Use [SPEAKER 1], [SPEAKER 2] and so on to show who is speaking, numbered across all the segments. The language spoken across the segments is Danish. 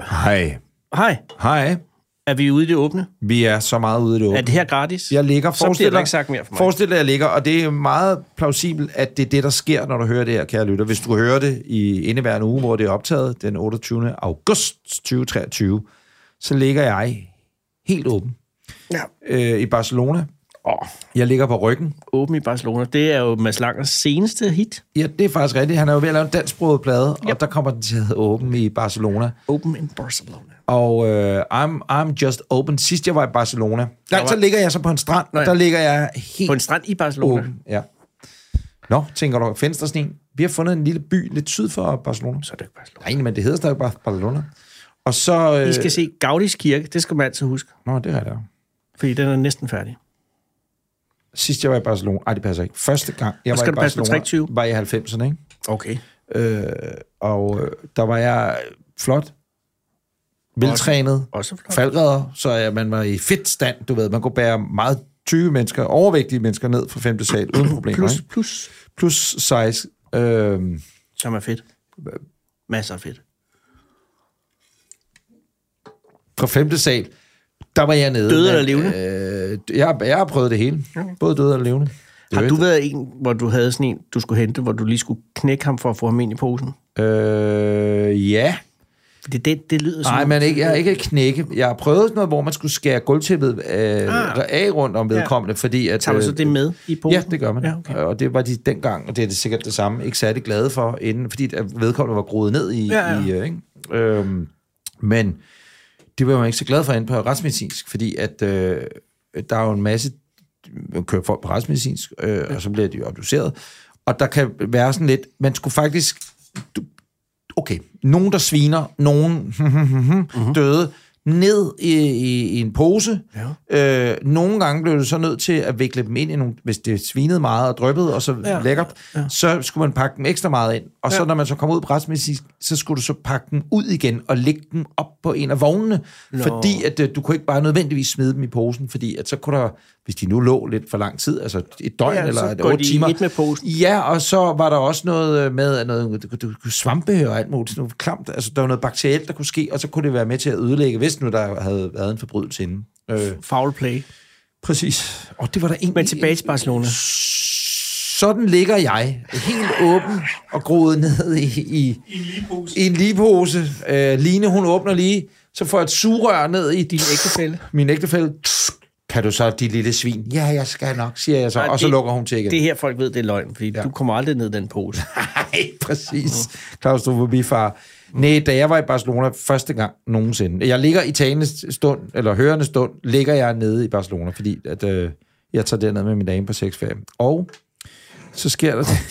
[SPEAKER 1] Hej.
[SPEAKER 2] Hej,
[SPEAKER 1] Hej.
[SPEAKER 2] er vi ude i det åbne?
[SPEAKER 1] Vi er så meget ude i det
[SPEAKER 2] Er
[SPEAKER 1] åbne.
[SPEAKER 2] det her gratis?
[SPEAKER 1] Jeg ligger,
[SPEAKER 2] Så bliver der ikke sagt mere for mig.
[SPEAKER 1] Forestil dig, jeg ligger, og det er meget plausibelt, at det er det, der sker, når du hører det her, kære lytter. Hvis du hører det i indeværende uge, hvor det er optaget, den 28. august 2023, så ligger jeg helt åben
[SPEAKER 2] Ja.
[SPEAKER 1] øh, i Barcelona.
[SPEAKER 2] Åh,
[SPEAKER 1] Jeg ligger på ryggen.
[SPEAKER 2] åben i Barcelona. Det er jo Mads Langers seneste hit.
[SPEAKER 1] Ja, det er faktisk rigtigt. Han er jo ved at lave en dansksproget plade, og der kommer den til at hedde åben i Barcelona.
[SPEAKER 2] Open in Barcelona.
[SPEAKER 1] Og øh, I'm, I'm just open. Sidst jeg var i Barcelona, der,
[SPEAKER 2] var-
[SPEAKER 1] så ligger jeg så på en strand, og
[SPEAKER 2] ja.
[SPEAKER 1] der ligger jeg helt
[SPEAKER 2] På en strand i Barcelona.
[SPEAKER 1] åben. Ja. Nå, tænker du, findes der sådan en? Vi har fundet en lille by lidt syd for Barcelona.
[SPEAKER 2] Så er det ikke Barcelona.
[SPEAKER 1] Nej, men det hedder stadig bare Barcelona. Og så... Øh,
[SPEAKER 2] I skal se Gaudis kirke, det skal man altid huske,
[SPEAKER 1] Nå, det er der.
[SPEAKER 2] fordi den er næsten færdig.
[SPEAKER 1] Sidst jeg var i Barcelona... Ej, det passer ikke. Første gang, jeg
[SPEAKER 2] skal
[SPEAKER 1] var i
[SPEAKER 2] du passe på
[SPEAKER 1] Barcelona,
[SPEAKER 2] 23.
[SPEAKER 1] var i 90'erne, ikke?
[SPEAKER 2] Okay.
[SPEAKER 1] Øh, og øh, der var jeg flot, veltrænet,
[SPEAKER 2] Også flot.
[SPEAKER 1] faldredder, så ja, man var i fedt stand, du ved. Man kunne bære meget tykke mennesker, overvægtige mennesker ned fra 5. sal, uden problemer.
[SPEAKER 2] Plus,
[SPEAKER 1] ikke?
[SPEAKER 2] plus,
[SPEAKER 1] plus size. Øh,
[SPEAKER 2] som er fedt. Masser af fedt.
[SPEAKER 1] fra 5. sal, der var jeg nede.
[SPEAKER 2] Døde
[SPEAKER 1] men,
[SPEAKER 2] eller levende?
[SPEAKER 1] Øh, jeg, jeg har prøvet det hele. Både døde og levende. Det
[SPEAKER 2] Har
[SPEAKER 1] var
[SPEAKER 2] du været en, hvor du havde sådan en, du skulle hente, hvor du lige skulle knække ham for at få ham ind i posen?
[SPEAKER 1] ikke- Øh, ja.
[SPEAKER 2] Det, det, det lyder som...
[SPEAKER 1] Nej, men ikke, jeg har ikke knække. Jeg har prøvet sådan noget, hvor man skulle skære gulvtæppet øh, ah. af rundt om vedkommende, ja. fordi at...
[SPEAKER 2] Tager man så
[SPEAKER 1] øh,
[SPEAKER 2] det med i posen?
[SPEAKER 1] Ja, det gør man.
[SPEAKER 2] Ja, okay.
[SPEAKER 1] Og det var de dengang, og det er det sikkert det samme, ikke særlig glade for, inden, fordi at vedkommende var groet ned i...
[SPEAKER 2] Ja, ja.
[SPEAKER 1] i øh, ikke? Øhm, men det var man ikke så glad for inde på retsmedicinsk, fordi at øh, der er jo en masse... Man kører folk på retsmedicinsk, øh, og så bliver de jo obduceret. Og der kan være sådan lidt... Man skulle faktisk... Du, okay, nogen der sviner, nogen
[SPEAKER 2] Mhm.
[SPEAKER 1] døde, ned i, i, i en pose. Ja. Øh, nogle gange blev du så nødt til at vikle dem ind i nogle, hvis det svinede meget og dryppede, og så ja. lækkert, ja. så skulle man pakke dem ekstra meget ind. Og ja. så når man så kom ud på retsmedicinsk, så skulle du så pakke dem ud igen og lægge dem op på en af vognene, Nå. fordi at øh, du kunne ikke bare nødvendigvis smide dem i posen, fordi at så kunne der, hvis de nu lå lidt for lang tid, altså et døgn
[SPEAKER 2] Ja,
[SPEAKER 1] ja,
[SPEAKER 2] så
[SPEAKER 1] eller et
[SPEAKER 2] går
[SPEAKER 1] otte
[SPEAKER 2] de i
[SPEAKER 1] timer,
[SPEAKER 2] et med posen.
[SPEAKER 1] Ja, og så var der også noget øh, med at noget, du, du, du svampe og alt muligt, sådan noget klamt. Altså, der var noget bakterielt, der kunne ske, og så kunne det være med til at ødelægge, hvis nu der havde været en forbrydelse inden. Øh,
[SPEAKER 2] Foul play.
[SPEAKER 1] præcis. Og det var der egentlig...
[SPEAKER 2] Men tilbage til Barcelona.
[SPEAKER 1] Sådan ligger jeg, helt åben og groet ned i, i, i en ligepose. Øh, Line, hun åbner lige, så får jeg et sugerør ned i din
[SPEAKER 2] Ægtefælde.
[SPEAKER 1] min ægtefælde. Kan du så, dit lille svin? Ja, jeg skal nok, siger jeg så.
[SPEAKER 2] Nej,
[SPEAKER 1] og så
[SPEAKER 2] det-
[SPEAKER 1] lukker hun til igen.
[SPEAKER 2] Det her folk ved, det er løgn, fordi ja. du kommer aldrig ned i den pose.
[SPEAKER 1] Nej, præcis. Klaustrofobi, far. Nej, da jeg var i Barcelona første gang nogensinde. Jeg ligger i talende stund, eller hørende stund, ligger jeg nede i Barcelona, fordi at, øh, jeg tager derned med min dame på sexferie. Og så sker der det.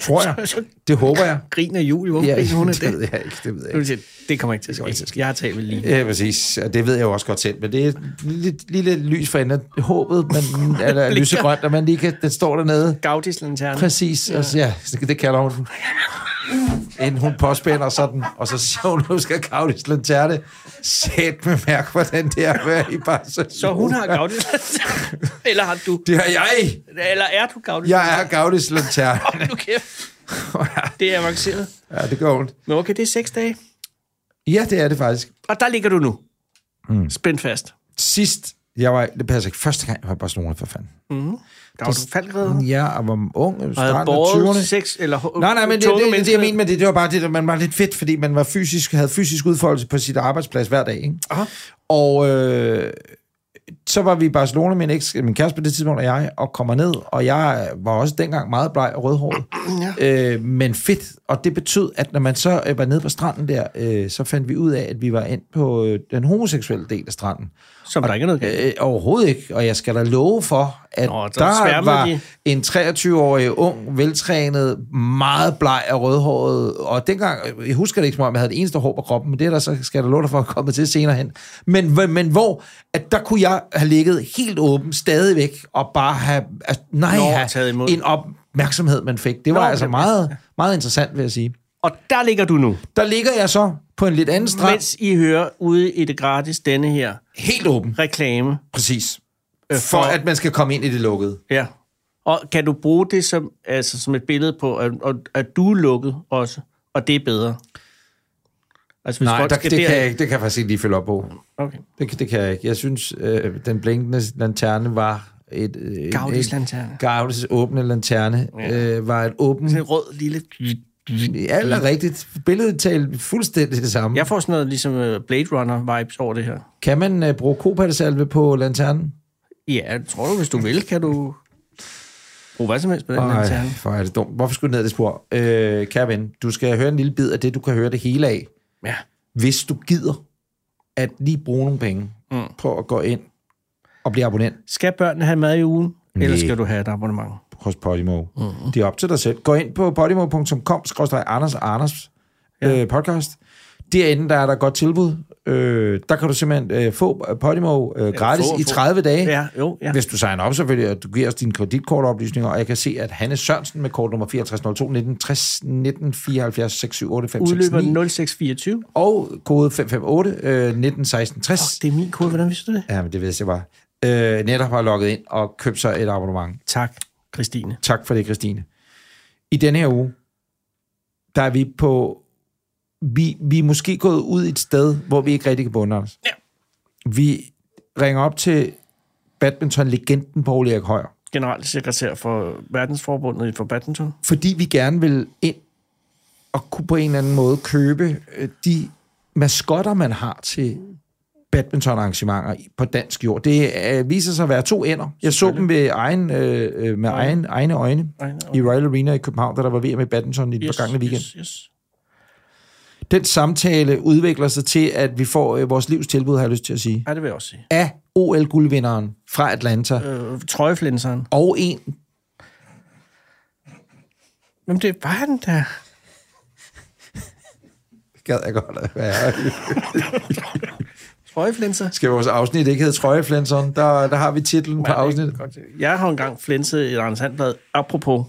[SPEAKER 1] Tror jeg.
[SPEAKER 2] Så
[SPEAKER 1] Det håber jeg.
[SPEAKER 2] griner Julie, hvorfor ja, griner hun af
[SPEAKER 1] det
[SPEAKER 2] det?
[SPEAKER 1] ved jeg ikke. Det ved jeg
[SPEAKER 2] Du
[SPEAKER 1] ikke.
[SPEAKER 2] siger, det kommer ikke til at ske. Jeg har talt med lige.
[SPEAKER 1] Ja, præcis. Og det ved jeg jo også godt selv, men det er et lille, lille lys for enden af håbet, men, eller lysegrønt, og man lige kan, den står dernede.
[SPEAKER 2] Gaudis lanterne.
[SPEAKER 1] Præcis, ja. Altså, ja, det kalder hun. den. Inden hun påspænder sådan, og så siger hun, nu skal Gaudis Lanterne sæt med mærke, hvordan det er at være i Barcelona.
[SPEAKER 2] Så hun har Gaudis lanterne. Eller har du?
[SPEAKER 1] Det har jeg.
[SPEAKER 2] Eller er du Gaudis
[SPEAKER 1] Jeg er Gaudis Lanterne.
[SPEAKER 2] lanterne? Nu kæft. Det er avanceret.
[SPEAKER 1] Ja, det går ondt.
[SPEAKER 2] Men okay, det er seks dage.
[SPEAKER 1] Ja, det er det faktisk.
[SPEAKER 2] Og der ligger du nu. Mm. Spændt fast.
[SPEAKER 1] Sidst, jeg var, det passer ikke, første gang jeg var i Barcelona, for fanden.
[SPEAKER 2] Der var du faldgræder.
[SPEAKER 1] Ja, og var ung,
[SPEAKER 2] Og havde
[SPEAKER 1] starten af
[SPEAKER 2] båret
[SPEAKER 1] 20'erne.
[SPEAKER 2] seks eller
[SPEAKER 1] Nej, nej, men det, det, det, det, jeg mener med det, det var bare det, at man var lidt fedt, fordi man var fysisk, havde fysisk udfoldelse på sit arbejdsplads hver dag, ikke?
[SPEAKER 2] Aha.
[SPEAKER 1] Og øh, så var vi i Barcelona, min, eks, min kæreste på det tidspunkt og jeg, og kommer ned, og jeg var også dengang meget bleg og rødhåret, ja. øh, men fedt. Og det betød, at når man så øh, var nede på stranden der, øh, så fandt vi ud af, at vi var ind på øh, den homoseksuelle del af stranden.
[SPEAKER 2] Som der ikke er noget galt.
[SPEAKER 1] Øh, overhovedet ikke, og jeg skal da love for, at
[SPEAKER 2] Nå,
[SPEAKER 1] Nå,
[SPEAKER 2] der
[SPEAKER 1] der,
[SPEAKER 2] sværmede
[SPEAKER 1] var
[SPEAKER 2] de.
[SPEAKER 1] de. en 23-årig ung, veltrænet, meget bleg og rødhåret, og dengang, jeg husker det ikke som om, jeg havde det eneste hår på kroppen, men det er der så, skal jeg da love dig for at komme til senere hen. Men, men- men hvor, at der kunne jeg have ligget helt åben stadigvæk, og bare have, altså, nej,
[SPEAKER 2] Nå, taget
[SPEAKER 1] have
[SPEAKER 2] imod.
[SPEAKER 1] en opmærksomhed, man fik. Det var
[SPEAKER 2] Nå,
[SPEAKER 1] Nå, altså
[SPEAKER 2] men-
[SPEAKER 1] meget, meget interessant, vil jeg sige.
[SPEAKER 2] Og der ligger du nu.
[SPEAKER 1] Der ligger jeg så på en lidt anden strand,
[SPEAKER 2] Mens I hører ude i det gratis denne her
[SPEAKER 1] helt åben,
[SPEAKER 2] reklame.
[SPEAKER 1] præcis, for
[SPEAKER 2] Øh, for-
[SPEAKER 1] at man skal komme ind i det lukkede.
[SPEAKER 2] Ja. Og kan du bruge det som, altså, som et billede på, at, at- at du er lukket også, og det er bedre? Altså, hvis
[SPEAKER 1] Nej,
[SPEAKER 2] folk
[SPEAKER 1] der,
[SPEAKER 2] skal
[SPEAKER 1] det, kan
[SPEAKER 2] derhen-
[SPEAKER 1] jeg ikke, det kan jeg faktisk ikke lige følge op på.
[SPEAKER 2] Okay.
[SPEAKER 1] Det, kan- det kan jeg ikke. Jeg synes, øh, den blinkende lanterne var et... øh, en-
[SPEAKER 2] Gaudis
[SPEAKER 1] en-
[SPEAKER 2] lanterne.
[SPEAKER 1] Gaudis åbne lanterne ja. øh, var et åbent...
[SPEAKER 2] Sådan en rød lille...
[SPEAKER 1] Alt er rigtigt. Billedet talte fuldstændig det samme. Ja.
[SPEAKER 2] Jeg får sådan noget ligesom øh, Blade Runner-vibes over det her.
[SPEAKER 1] Kan man øh, bruge kopattesalve på lanternen?
[SPEAKER 2] Ja, jeg tror du, hvis du vil, kan du bruge hvad som helst på den
[SPEAKER 1] Ej,
[SPEAKER 2] lanterne.
[SPEAKER 1] hvor er det dumt. Hvorfor skulle du ned ad det spor? Øh, kære ven, du skal høre en lille bid af det, du kan høre det hele af.
[SPEAKER 2] Ja.
[SPEAKER 1] Hvis du gider at lige bruge nogle penge
[SPEAKER 2] Mm.
[SPEAKER 1] på at gå ind og blive abonnent
[SPEAKER 2] Skal børnene have mad i ugen, Nej. eller
[SPEAKER 1] Næ.
[SPEAKER 2] skal du have et abonnement?
[SPEAKER 1] hos Podimo. Mm-hmm. Det er op til dig selv. Gå ind på podimo.com Anders Anders øh, podcast. Derinde der er der et godt tilbud. Øh, der kan du simpelthen øh, få Podimo øh, gratis
[SPEAKER 2] få-
[SPEAKER 1] i
[SPEAKER 2] få.
[SPEAKER 1] 30 dage.
[SPEAKER 2] Ja, jo, ja.
[SPEAKER 1] Hvis du signer op selvfølgelig, og du giver os dine kreditkortoplysninger, og jeg kan se, at Hanne Sørensen med kort nummer 6402 1960 1974 678 569
[SPEAKER 2] Udløber 0624.
[SPEAKER 1] og kode 558 øh, 191660.
[SPEAKER 2] Fuck, det er min kode. Hvordan vidste du det?
[SPEAKER 1] Ja, men det ved jeg bare. Øh, netop har logget ind og købt sig et abonnement.
[SPEAKER 2] Tak, Christine.
[SPEAKER 1] Tak for det, Christine. I denne her uge, der er vi på... Vi, vi er måske gået ud et sted, hvor vi ikke rigtig kan bunde os.
[SPEAKER 2] Ja.
[SPEAKER 1] Vi ringer op til badminton-legenden Paul Erik Højer.
[SPEAKER 2] Generalsekretær for Verdensforbundet for badminton.
[SPEAKER 1] fordi vi gerne vil ind og kunne på en eller anden måde købe øh, de maskotter, man har til badmintonarrangementer i- på dansk jord. Det øh, viser sig at være to ender. Jeg så dem ved egen, øh, øh, med egen, egne øjne
[SPEAKER 2] Ej,
[SPEAKER 1] i Royal Arena i København, da der var VM i badminton i den yes, forgangne weekend.
[SPEAKER 2] Yes, yes.
[SPEAKER 1] Den samtale udvikler sig til, at vi får øh, vores livs tilbud, har jeg lyst til at sige,
[SPEAKER 2] Ej, det vil jeg også sige.
[SPEAKER 1] af OL-guldvinderen fra Atlanta,
[SPEAKER 2] Øh, trøjeflænseren.
[SPEAKER 1] og en,
[SPEAKER 2] Jamen, det var den der.
[SPEAKER 1] gad jeg godt at være,
[SPEAKER 2] Trøjeflænser.
[SPEAKER 1] skal vores afsnit ikke hedde Trøjeflenseren, der, der har vi titlen på afsnittet.
[SPEAKER 2] Jeg har jo engang flænset et Anders Sandblad, apropos,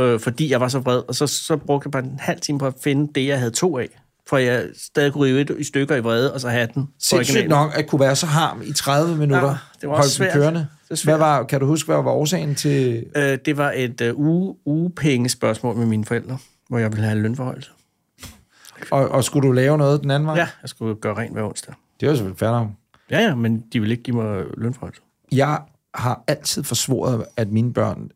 [SPEAKER 2] øh, fordi jeg var så vred, og så, så brugte jeg bare en halv time på at finde det, jeg havde to af, for jeg stadig kunne rive et i stykker i vrede, og så have den
[SPEAKER 1] sindssygt
[SPEAKER 2] originale.
[SPEAKER 1] nok at kunne være så harm i 30 minutter.
[SPEAKER 2] Ja, det var
[SPEAKER 1] Holdt
[SPEAKER 2] også
[SPEAKER 1] den
[SPEAKER 2] svært.
[SPEAKER 1] Kørende.
[SPEAKER 2] Det var svært.
[SPEAKER 1] Hvad var, kan du huske, hvad var årsagen til...
[SPEAKER 2] Øh, det var et øh, uge, ugepenge spørgsmål med mine forældre, hvor jeg ville have lønforhold.
[SPEAKER 1] Og, og skulle du lave noget den anden vej?
[SPEAKER 2] Ja, jeg skulle gøre rent hver onsdag.
[SPEAKER 1] Det var selvfølgelig færdigt.
[SPEAKER 2] Ja, ja, men de ville ikke give mig lønforhold.
[SPEAKER 1] Jeg har altid forsvoret, at mine børn...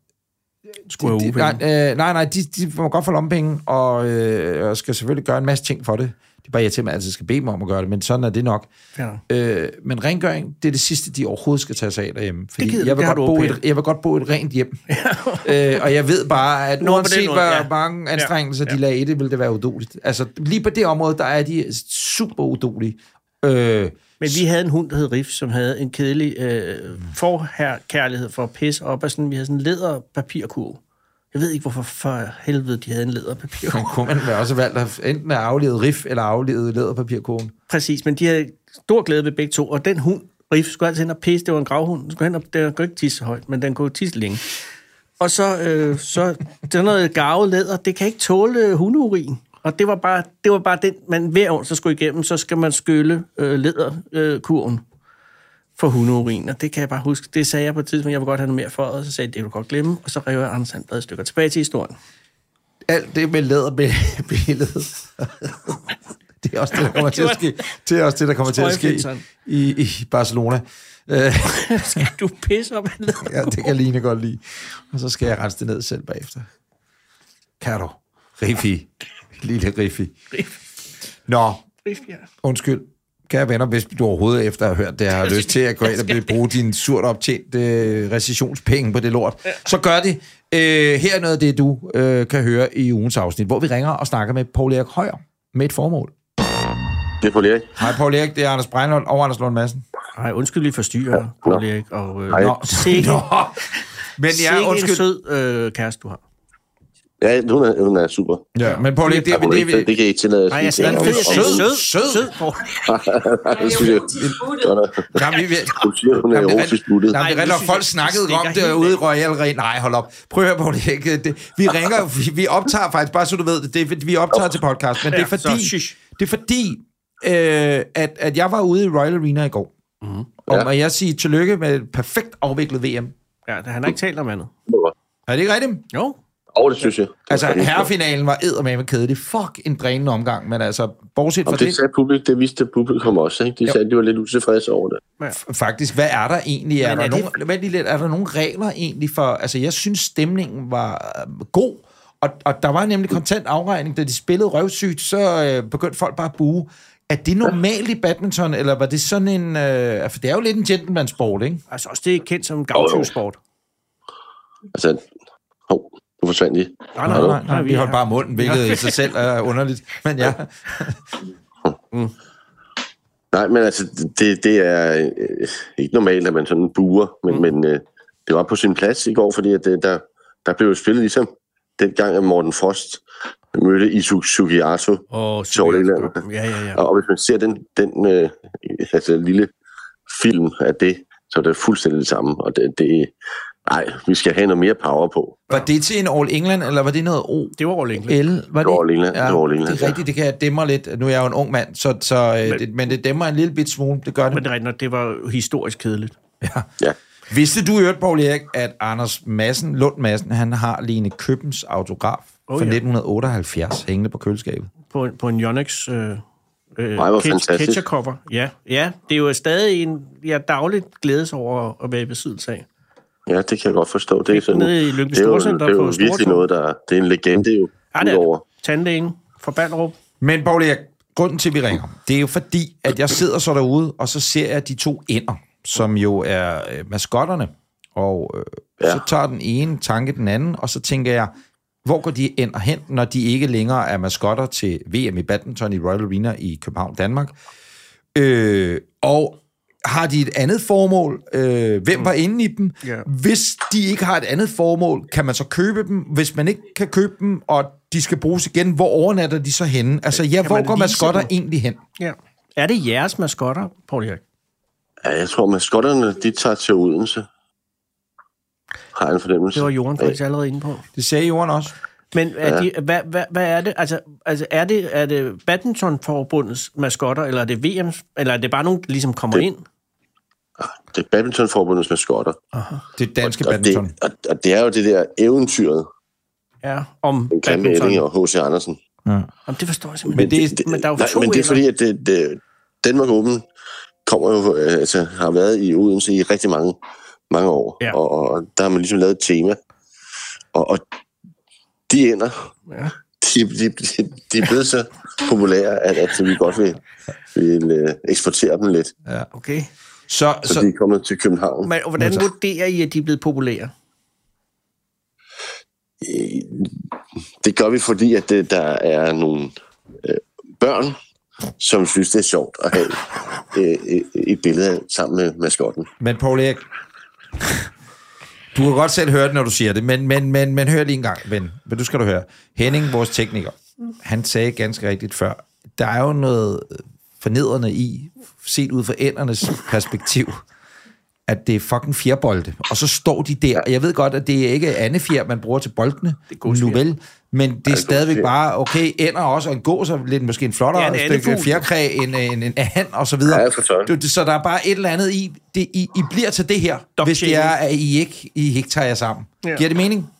[SPEAKER 2] Skulle
[SPEAKER 1] de,
[SPEAKER 2] have
[SPEAKER 1] nej,
[SPEAKER 2] ugepenge.
[SPEAKER 1] øh, nej, nej, de, de må godt få lommepenge, og, øh, og skal selvfølgelig gøre en masse ting for det. Det er bare, jeg til, at man altid skal bede dem om at gøre det, men sådan er det nok.
[SPEAKER 2] Ja.
[SPEAKER 1] Øh, men rengøring, det er det sidste, de overhovedet skal tage sig af derhjemme. Fordi
[SPEAKER 2] gider du,
[SPEAKER 1] jeg, vil
[SPEAKER 2] det har
[SPEAKER 1] godt
[SPEAKER 2] du
[SPEAKER 1] bo
[SPEAKER 2] au
[SPEAKER 1] i et, jeg vil godt bo i et rent hjem. øh, og jeg ved bare, at
[SPEAKER 2] Nå, på den
[SPEAKER 1] uanset
[SPEAKER 2] måde,
[SPEAKER 1] hvor
[SPEAKER 2] ja.
[SPEAKER 1] mange anstrengelser ja.
[SPEAKER 2] Ja.
[SPEAKER 1] de lagde i det, ville det være udoligt. Altså, lige på det område, der er de super udolige. Øh,
[SPEAKER 2] Men vi havde en hund, der hed Riff, som havde en kedelig øh, forkærlighed for at pisse op af sådan, vi havde sådan en læderpapirkurv. Jeg ved ikke, hvorfor for helvede de havde en
[SPEAKER 1] men
[SPEAKER 2] læderpapirkurv.
[SPEAKER 1] kunne man være også valgt at enten at afleve Riff eller afleve læderpapirkogen?
[SPEAKER 2] Præcis, men de havde stor glæde ved begge to, og den hund, Riff, skulle altid hen og pisse, det var en gravhund, den skulle hen og, den kunne ikke tisse så højt, men den kunne tisse længe. Og så, øh, så sådan noget garvet læder, det kan ikke tåle øh, hundeurin. Og det var bare, det var bare den, man hver år så skulle igennem, så skal man skylle øh, læderkurven for hundeurin. Og det kan jeg bare huske. Det sagde jeg på et tidspunkt, jeg vil godt have noget mere for, og så sagde jeg, det kan du godt glemme. Og så rev jeg Anders Sandblad i stykker. Tilbage til historien.
[SPEAKER 1] Alt det med læderbilledet. det er også det, der kommer til at ske, det er også det, der kommer til at ske i, i Barcelona. Øh,
[SPEAKER 2] Skal du pisse op af læder?
[SPEAKER 1] Ja, det kan Line godt lide. Og så skal jeg rense det ned selv bagefter. Kan du? Riffi. Lille Riffi. Nå,
[SPEAKER 2] Riff, ja.
[SPEAKER 1] undskyld. Kære venner, hvis du overhovedet efter at have hørt det, har lyst til at gå ind og blive- bruge dine surt optjente øh, recessionspenge på det lort, så gør det. Øh, her er noget af det, du øh, kan høre i ugens afsnit, hvor vi ringer og snakker med Paul Erik Højer med et formål.
[SPEAKER 3] Det er Paul Erik.
[SPEAKER 1] Hej Paul Erik, det er Anders Breinholt og Anders Lund Madsen.
[SPEAKER 2] Nej, undskyld lige forstyrre, Paul Erik. Og, øh,
[SPEAKER 3] Hej.
[SPEAKER 2] nå, sikke,
[SPEAKER 1] Nå, men
[SPEAKER 2] sikke
[SPEAKER 1] ja,
[SPEAKER 2] en
[SPEAKER 1] undskyld.
[SPEAKER 2] sød øh, kæreste, du har.
[SPEAKER 3] Ja, hun er, hun er super.
[SPEAKER 1] Ja, men Paul Erik, det,
[SPEAKER 3] Ja,
[SPEAKER 1] det,
[SPEAKER 3] hun er ikke,
[SPEAKER 1] det,
[SPEAKER 3] det, det kan jeg ikke tillade. at
[SPEAKER 2] Nej, jeg
[SPEAKER 3] sige
[SPEAKER 2] sagde
[SPEAKER 3] til
[SPEAKER 2] ikke
[SPEAKER 1] det
[SPEAKER 2] fed,
[SPEAKER 1] altså, er
[SPEAKER 2] jeg
[SPEAKER 1] sød, sød.
[SPEAKER 2] sagde sød,
[SPEAKER 3] hende.
[SPEAKER 2] sød, sød, Paul.
[SPEAKER 3] Jeg synes, jeg,
[SPEAKER 4] Disputed.
[SPEAKER 1] Nej, vi, vi,
[SPEAKER 3] hun siger, hun er
[SPEAKER 1] Jamen, det er
[SPEAKER 3] russisk buttet.
[SPEAKER 1] Nej,
[SPEAKER 2] Nej,
[SPEAKER 1] men
[SPEAKER 2] det
[SPEAKER 1] rigtig,
[SPEAKER 2] synes
[SPEAKER 1] folk
[SPEAKER 2] jeg,
[SPEAKER 1] snakkede
[SPEAKER 2] det
[SPEAKER 1] om
[SPEAKER 2] stikker
[SPEAKER 1] det
[SPEAKER 2] helt
[SPEAKER 1] ude i
[SPEAKER 2] af.
[SPEAKER 1] Royal Arena. Nej, hold op. Prøv at høre på det. ikke? Det- Vi ringer, vi, vi optager faktisk, bare så du ved, det, det, vi optager til podcast, men det er
[SPEAKER 2] Ja, så
[SPEAKER 1] fordi,
[SPEAKER 2] shush.
[SPEAKER 1] det er fordi øh, at, at jeg var ude i Royal Arena i går.
[SPEAKER 2] Mhm.
[SPEAKER 1] Og
[SPEAKER 3] Ja.
[SPEAKER 1] må jeg sige tillykke med et perfekt afviklet VM.
[SPEAKER 2] Ja, han har ikke talt om andet.
[SPEAKER 1] Er det ikke rigtigt?
[SPEAKER 2] Jo.
[SPEAKER 3] Og det synes jeg. Det
[SPEAKER 1] Altså,
[SPEAKER 3] var faktisk-
[SPEAKER 1] herrefinalen var eddermame kedelig. Fuck en drænende omgang, men altså, bortset fra
[SPEAKER 3] Om det
[SPEAKER 1] det,
[SPEAKER 3] sagde publikum, det viste publikum også, ikke? De
[SPEAKER 1] Jo.
[SPEAKER 3] sagde, at de var lidt utilfredse over det.
[SPEAKER 1] f- faktisk, hvad er der egentlig? Er,
[SPEAKER 2] Men
[SPEAKER 1] der,
[SPEAKER 2] er det-
[SPEAKER 1] nogen, vent lige lidt, er der nogen regler egentlig for... Altså, jeg synes, stemningen var øh, god, og, og der var nemlig kontant afregning. Da de spillede røvsygt, så øh, begyndte folk bare at buge. Er det normalt i badminton, eller var det sådan en... Øh, for det er jo lidt en gentleman-sport, ikke?
[SPEAKER 2] Altså også det er kendt som gavtyvsport.
[SPEAKER 3] Altså, hov, nu forsvandt de.
[SPEAKER 2] Nej,
[SPEAKER 1] Nej, nej, nej,
[SPEAKER 2] vi
[SPEAKER 1] vi holdt
[SPEAKER 2] er-
[SPEAKER 1] bare munden, hvilket i sig selv er underligt. Men ja,
[SPEAKER 3] Nej, men altså, det, det er øh, ikke normalt, at man sådan buer, men, mm. men øh, det var på sin plads i går, fordi at, øh, der, der blev jo spillet ligesom dengang, at Morten Frost mødte Isuk Sugiyato.
[SPEAKER 2] Åh,
[SPEAKER 3] Sjovt, ikke?
[SPEAKER 2] Ja, ja, ja.
[SPEAKER 3] Og, og hvis man ser den, den øh, altså, lille film af det, så er det fuldstændig det samme. Og det, det, nej, vi skal have noget mere power på.
[SPEAKER 1] var det til en All England, eller var det noget O?
[SPEAKER 2] Det var All England.
[SPEAKER 1] L, var det?
[SPEAKER 3] Det var All England, det var All England,
[SPEAKER 1] det er rigtigt, det kan jeg dæmre lidt. Nu er jeg jo en ung mand, så, så men,
[SPEAKER 2] Men-
[SPEAKER 1] det, men det dæmmer en lille bit smule, det gør det.
[SPEAKER 2] Men det, er rigtigt nok, det var historisk kedeligt.
[SPEAKER 3] Ja.
[SPEAKER 1] Vidste du i øvrigt, Paul Erik, at Anders Madsen, Lund Madsen, han har Line Købens autograf oh, fra
[SPEAKER 2] ja.
[SPEAKER 1] 1978 hængende på køleskabet?
[SPEAKER 2] på, en- på en Yonex øh, øh,
[SPEAKER 3] Ej, hvor
[SPEAKER 2] catch-
[SPEAKER 3] fantastisk.
[SPEAKER 2] catcher-cover. Ja, ja, det er jo stadig en, jeg dagligt glædes over at være i besiddelse af.
[SPEAKER 3] Ja, det kan jeg godt forstå. Det er
[SPEAKER 2] Fik den
[SPEAKER 3] sådan,
[SPEAKER 2] nede i Lyngby
[SPEAKER 3] det er jo,
[SPEAKER 2] Storcenter
[SPEAKER 3] det er jo
[SPEAKER 2] på
[SPEAKER 3] virkelig
[SPEAKER 2] Stortorv.
[SPEAKER 3] noget, der det er en legende jo.
[SPEAKER 2] Ja, det er
[SPEAKER 3] udover.
[SPEAKER 2] det. Tandlægen fra Ballerup.
[SPEAKER 1] Men Paul Erik, grunden til, at vi ringer, det er jo fordi, at jeg sidder så derude, og så ser jeg de to ender, som jo er øh, maskotterne. Og øh, ja.
[SPEAKER 3] Ja.
[SPEAKER 1] så tager den ene tanke den anden, og så tænker jeg, hvor går de ender hen, når de ikke længere er maskotter til VM i badminton i Royal Arena i København, Danmark? Øh, og har de et andet formål? Øh, hvem var inde i dem?
[SPEAKER 2] Ja.
[SPEAKER 1] Hvis de ikke har et andet formål, kan man så købe dem? Hvis man ikke kan købe dem, og de skal bruges igen, hvor overnatter de så henne? Altså, ja, hvor
[SPEAKER 2] man
[SPEAKER 1] går
[SPEAKER 2] lease
[SPEAKER 1] maskotter
[SPEAKER 2] dem?
[SPEAKER 1] egentlig hen?
[SPEAKER 2] Ja. Er det jeres maskotter, Paul Erik?
[SPEAKER 3] Ja, jeg tror, maskotterne, de tager til Odense. Har jeg en fornemmelse.
[SPEAKER 2] Det var Jorden
[SPEAKER 3] ja.
[SPEAKER 2] faktisk allerede inde på.
[SPEAKER 1] Det sagde Jorden også.
[SPEAKER 2] Men er de, hvad, hvad, hvad er det? Altså, altså er det, er det badmintonforbundets maskotter, eller er det VM, eller er det bare nogen, der ligesom kommer
[SPEAKER 3] Det-
[SPEAKER 2] ind?
[SPEAKER 3] Det er badmintonforbundets maskotter.
[SPEAKER 1] Det danske
[SPEAKER 3] Og det,
[SPEAKER 1] badminton.
[SPEAKER 3] og, og det er jo det der eventyret,
[SPEAKER 2] Ja, om
[SPEAKER 3] den grimme Elling
[SPEAKER 2] badminton.
[SPEAKER 3] og H.C. Andersen.
[SPEAKER 2] Om det forstår jeg simpelthen. Men, det, det, men der er jo
[SPEAKER 3] nej,
[SPEAKER 2] to
[SPEAKER 3] men det er
[SPEAKER 2] ender.
[SPEAKER 3] fordi, at det, det, Danmark Åben kommer jo, øh, altså, har været i Odense i rigtig mange, mange år.
[SPEAKER 2] Ja.
[SPEAKER 3] Og, og, der har man ligesom lavet et tema. Og, og de ender,
[SPEAKER 2] Ja.
[SPEAKER 3] de, de, de, de er blevet så populære, at, at vi godt vil, vil øh, eksportere dem lidt, så,
[SPEAKER 2] Okay.
[SPEAKER 1] Så,
[SPEAKER 3] så de
[SPEAKER 1] så,
[SPEAKER 3] er kommet til København.
[SPEAKER 2] Altså- Men, og
[SPEAKER 3] altså-
[SPEAKER 2] hvordan vurderer I, at de er blevet populære?
[SPEAKER 3] Øh, Det gør vi, fordi at det, der er nogle øh, børn, som synes, det er sjovt at have øh, øh, et billede af sammen med maskotten.
[SPEAKER 1] men Paul Erik, du kan godt selv høre det, når du siger det, men, men, men, men hør lige en gang, ven. Men du skal du høre. Henning, vores tekniker, han sagde ganske rigtigt før, der er jo noget fornedrende i, set ud fra ændernes perspektiv, at det er fucking fjerbolde. Og så står de der, og jeg ved godt, at det er ikke andefjer, man bruger til boldene, det nu vel, men det er stadigvæk bare, okay, ænder også, og en gås er lidt, måske en flottere
[SPEAKER 2] Det er en
[SPEAKER 1] ja, stykke
[SPEAKER 2] andefugl.
[SPEAKER 1] fjerkræ end en, en and, og så videre.
[SPEAKER 3] Ja, for søren.
[SPEAKER 1] Du- Øh, Så der er bare et eller andet i, det, I, I bliver til det her,
[SPEAKER 2] Dog
[SPEAKER 1] hvis det
[SPEAKER 2] shaming.
[SPEAKER 1] er, at I ikke, I ikke tager jer sammen. Ja.
[SPEAKER 2] Ja.
[SPEAKER 1] Giver det mening?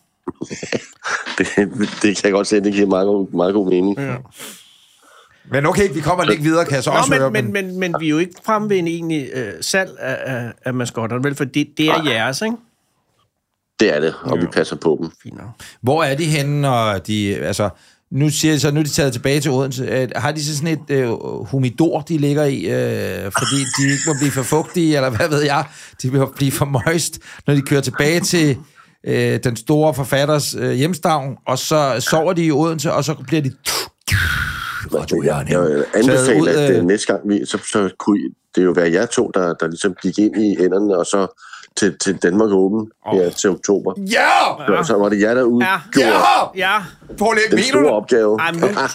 [SPEAKER 3] Det, det kan jeg godt se, det giver meget, god- meget god mening. Ja.
[SPEAKER 1] Men okay, vi kommer lidt videre, kan jeg så også
[SPEAKER 2] Nå,
[SPEAKER 1] høre.
[SPEAKER 2] men, men, men, men vi er jo ikke fremme ved en egentlig øh, salg af, af, af maskotterne, vel? For det, det er jeres, ikke?
[SPEAKER 3] Det er det, og ja. vi passer på dem.
[SPEAKER 2] Fint nok.
[SPEAKER 1] Hvor er de henne, når de, altså, nu siger de så, nu er de taget tilbage til Odense. Øh, Har de så sådan et øh, humidor, de ligger i, øh, fordi de ikke må blive for fugtige, eller hvad ved jeg, de må blive for møjst, når de kører tilbage til øh, den store forfatters øh, hjemstavn, og så sover de i Odense, og så bliver de... Radio Jørgen.
[SPEAKER 3] Jeg vil
[SPEAKER 1] Taget
[SPEAKER 3] anbefale,
[SPEAKER 1] ud af-
[SPEAKER 3] at øh, næste gang, vi, så, så kunne I- det jo være jer to, der, der ligesom gik ind i enderne, og så til, til Danmark Åben ja, til oktober.
[SPEAKER 1] Ja!
[SPEAKER 3] Ja. Så var det jer, der udgjorde
[SPEAKER 1] Ja!
[SPEAKER 2] Ja,
[SPEAKER 1] Paul, jeg
[SPEAKER 3] den
[SPEAKER 1] mener
[SPEAKER 3] store
[SPEAKER 1] du?
[SPEAKER 3] opgave.
[SPEAKER 2] Ej, men nu,
[SPEAKER 1] Jeg,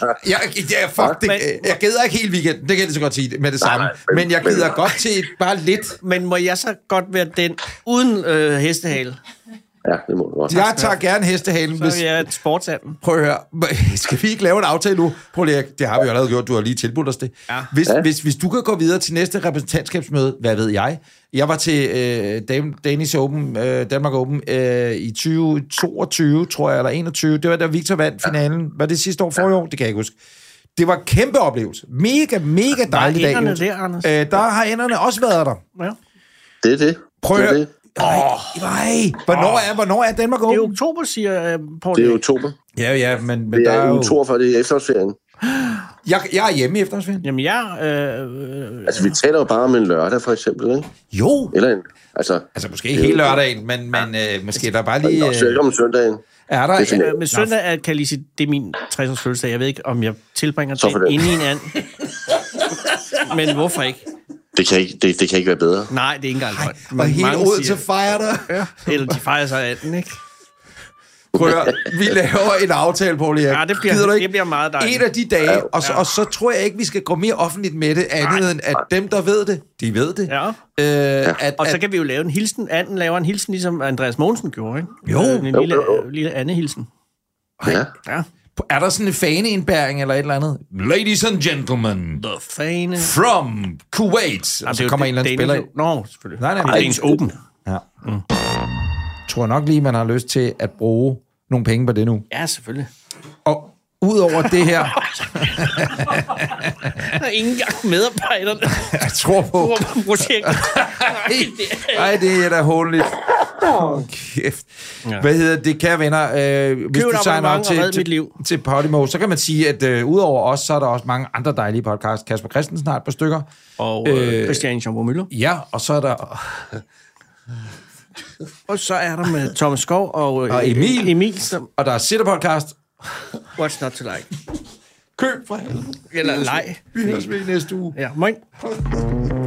[SPEAKER 1] jeg, fuck, det, Øh,
[SPEAKER 2] Men-
[SPEAKER 1] jeg gider ikke hele weekenden, det kan jeg lige så godt sige med det samme.
[SPEAKER 3] nej, men-
[SPEAKER 1] Men jeg gider
[SPEAKER 3] men-
[SPEAKER 1] godt til bare lidt.
[SPEAKER 2] men må jeg så godt være den uden øh, hestehale?
[SPEAKER 3] Ja, det må du godt.
[SPEAKER 1] Jeg tager gerne hestehalen, hvis...
[SPEAKER 2] Så er jeg sportsanden.
[SPEAKER 1] Prøv at høre, skal vi ikke lave en aftale nu? Prøv lige, at- det har vi jo allerede gjort, du har lige tilbudt os det.
[SPEAKER 2] Ja.
[SPEAKER 1] Hvis, ja.
[SPEAKER 3] Ja.
[SPEAKER 1] hvis, hvis du kan gå videre til næste repræsentantskabsmøde, hvad ved jeg? Jeg var til øh, Dan- Danish Open, øh, Danmark Open øh, i 2022, tror jeg, eller 21. Det var da Victor vandt finalen. Var det sidste år, forrige år? Det kan jeg ikke huske. Det var en kæmpe oplevelse. Mega, mega dejlig dag.
[SPEAKER 2] enderne
[SPEAKER 1] Jens.
[SPEAKER 2] der, Anders?
[SPEAKER 1] Øh, der har enderne også været der.
[SPEAKER 2] Ja.
[SPEAKER 3] Det er det.
[SPEAKER 1] Prøv
[SPEAKER 3] det,
[SPEAKER 1] at
[SPEAKER 3] er
[SPEAKER 1] høre.
[SPEAKER 3] det.
[SPEAKER 1] Oh, nej, hvornår er, hvornår er Danmark
[SPEAKER 2] Det er
[SPEAKER 1] Open?
[SPEAKER 2] oktober, siger uh, Paul.
[SPEAKER 3] det er oktober.
[SPEAKER 1] Ja, ja, men, men
[SPEAKER 3] Det
[SPEAKER 1] der
[SPEAKER 3] er
[SPEAKER 1] er
[SPEAKER 3] uge
[SPEAKER 1] jo...
[SPEAKER 3] 42, det er efterårsferien.
[SPEAKER 1] Jeg, jeg er hjemme i efterårsferien.
[SPEAKER 2] Jamen, jeg... Øh, øh,
[SPEAKER 3] Altså, vi taler jo bare om en lørdag, for eksempel, ikke?
[SPEAKER 1] Jo,
[SPEAKER 3] Eller en... Altså,
[SPEAKER 1] Altså måske ikke hele lørdagen, men, men øh, måske er der bare lige...
[SPEAKER 3] yeah. også
[SPEAKER 1] Øh,
[SPEAKER 3] ikke om søndagen.
[SPEAKER 1] er
[SPEAKER 3] det
[SPEAKER 1] der...
[SPEAKER 3] er
[SPEAKER 2] øh, men søndag er, kan jeg lige sige, det er min 60-års fødselsdag. Jeg ved ikke, om jeg tilbringer
[SPEAKER 3] Så for
[SPEAKER 2] det
[SPEAKER 3] det.
[SPEAKER 2] inde i en anden. Men hvorfor ikke?
[SPEAKER 3] Det kan ikke, det, det kan ikke være bedre.
[SPEAKER 2] Nej, det er ikke engang løgn.
[SPEAKER 1] Nå, og hele Odense fejrer der. Ja.
[SPEAKER 2] Eller de fejrer sig af den, ikke?
[SPEAKER 1] Prøv at høre, vi laver en aftale, Paul Erik.
[SPEAKER 2] Ja, det bliver-
[SPEAKER 1] Gider du
[SPEAKER 2] det
[SPEAKER 1] ikke?
[SPEAKER 2] bliver meget dejligt.
[SPEAKER 1] En af de dage, og, så, og så tror jeg ikke, vi skal gå mere offentligt med det, andet
[SPEAKER 2] Nej.
[SPEAKER 1] end at dem, der ved det, de ved det.
[SPEAKER 2] Ja.
[SPEAKER 1] Øh, at,
[SPEAKER 2] Og så
[SPEAKER 1] at,
[SPEAKER 2] kan vi jo lave en hilsen. Anden laver en hilsen, ligesom Andreas Mogensen gjorde, ikke?
[SPEAKER 1] Jo.
[SPEAKER 2] Øh, En
[SPEAKER 3] Jo,
[SPEAKER 2] lille,
[SPEAKER 3] jo, jo.
[SPEAKER 2] øh, lille Anne-hilsen.
[SPEAKER 3] Ja.
[SPEAKER 2] Ja.
[SPEAKER 1] er der sådan en faneindbæring eller et eller andet? Ladies and gentlemen,
[SPEAKER 2] The Fane.
[SPEAKER 1] from Kuwait. Og så kommer en eller anden spiller ind.
[SPEAKER 2] Nå, selvfølgelig.
[SPEAKER 1] Nej, nej,
[SPEAKER 2] Det er
[SPEAKER 1] nej.
[SPEAKER 2] Danish Open.
[SPEAKER 1] Ja. Tror nok lige, man har lyst til at bruge nogle penge på det nu.
[SPEAKER 2] Ja, selvfølgelig.
[SPEAKER 1] Og udover det her,
[SPEAKER 2] Der er ingen gang medarbejderne
[SPEAKER 1] jeg tror på...
[SPEAKER 2] bruger på projektet.
[SPEAKER 1] Nej, det er da håndligt. Oh, kæft.
[SPEAKER 2] Ja.
[SPEAKER 1] Hvad hedder det, kære venner? Øh, hvis
[SPEAKER 2] et
[SPEAKER 1] du signer op
[SPEAKER 2] abonnement og red
[SPEAKER 1] til,
[SPEAKER 2] mit
[SPEAKER 1] til,
[SPEAKER 2] liv.
[SPEAKER 1] til Podimo, så kan man sige, at øh, udover os, så er der også mange andre dejlige podcasts. Kasper Christensen har et par stykker.
[SPEAKER 2] Og øh, Christian Jean Møller.
[SPEAKER 1] Ja, og så er der...
[SPEAKER 2] Og så er der med Thomas Skov og, øh,
[SPEAKER 1] Og Emil.
[SPEAKER 2] Emil, som
[SPEAKER 1] Og der er Sitter Podcast.
[SPEAKER 2] What's Not To Like.
[SPEAKER 1] Køb fra helvede.
[SPEAKER 2] Eller leg.
[SPEAKER 1] Vi høres ved i næste uge.
[SPEAKER 2] Ja, moin.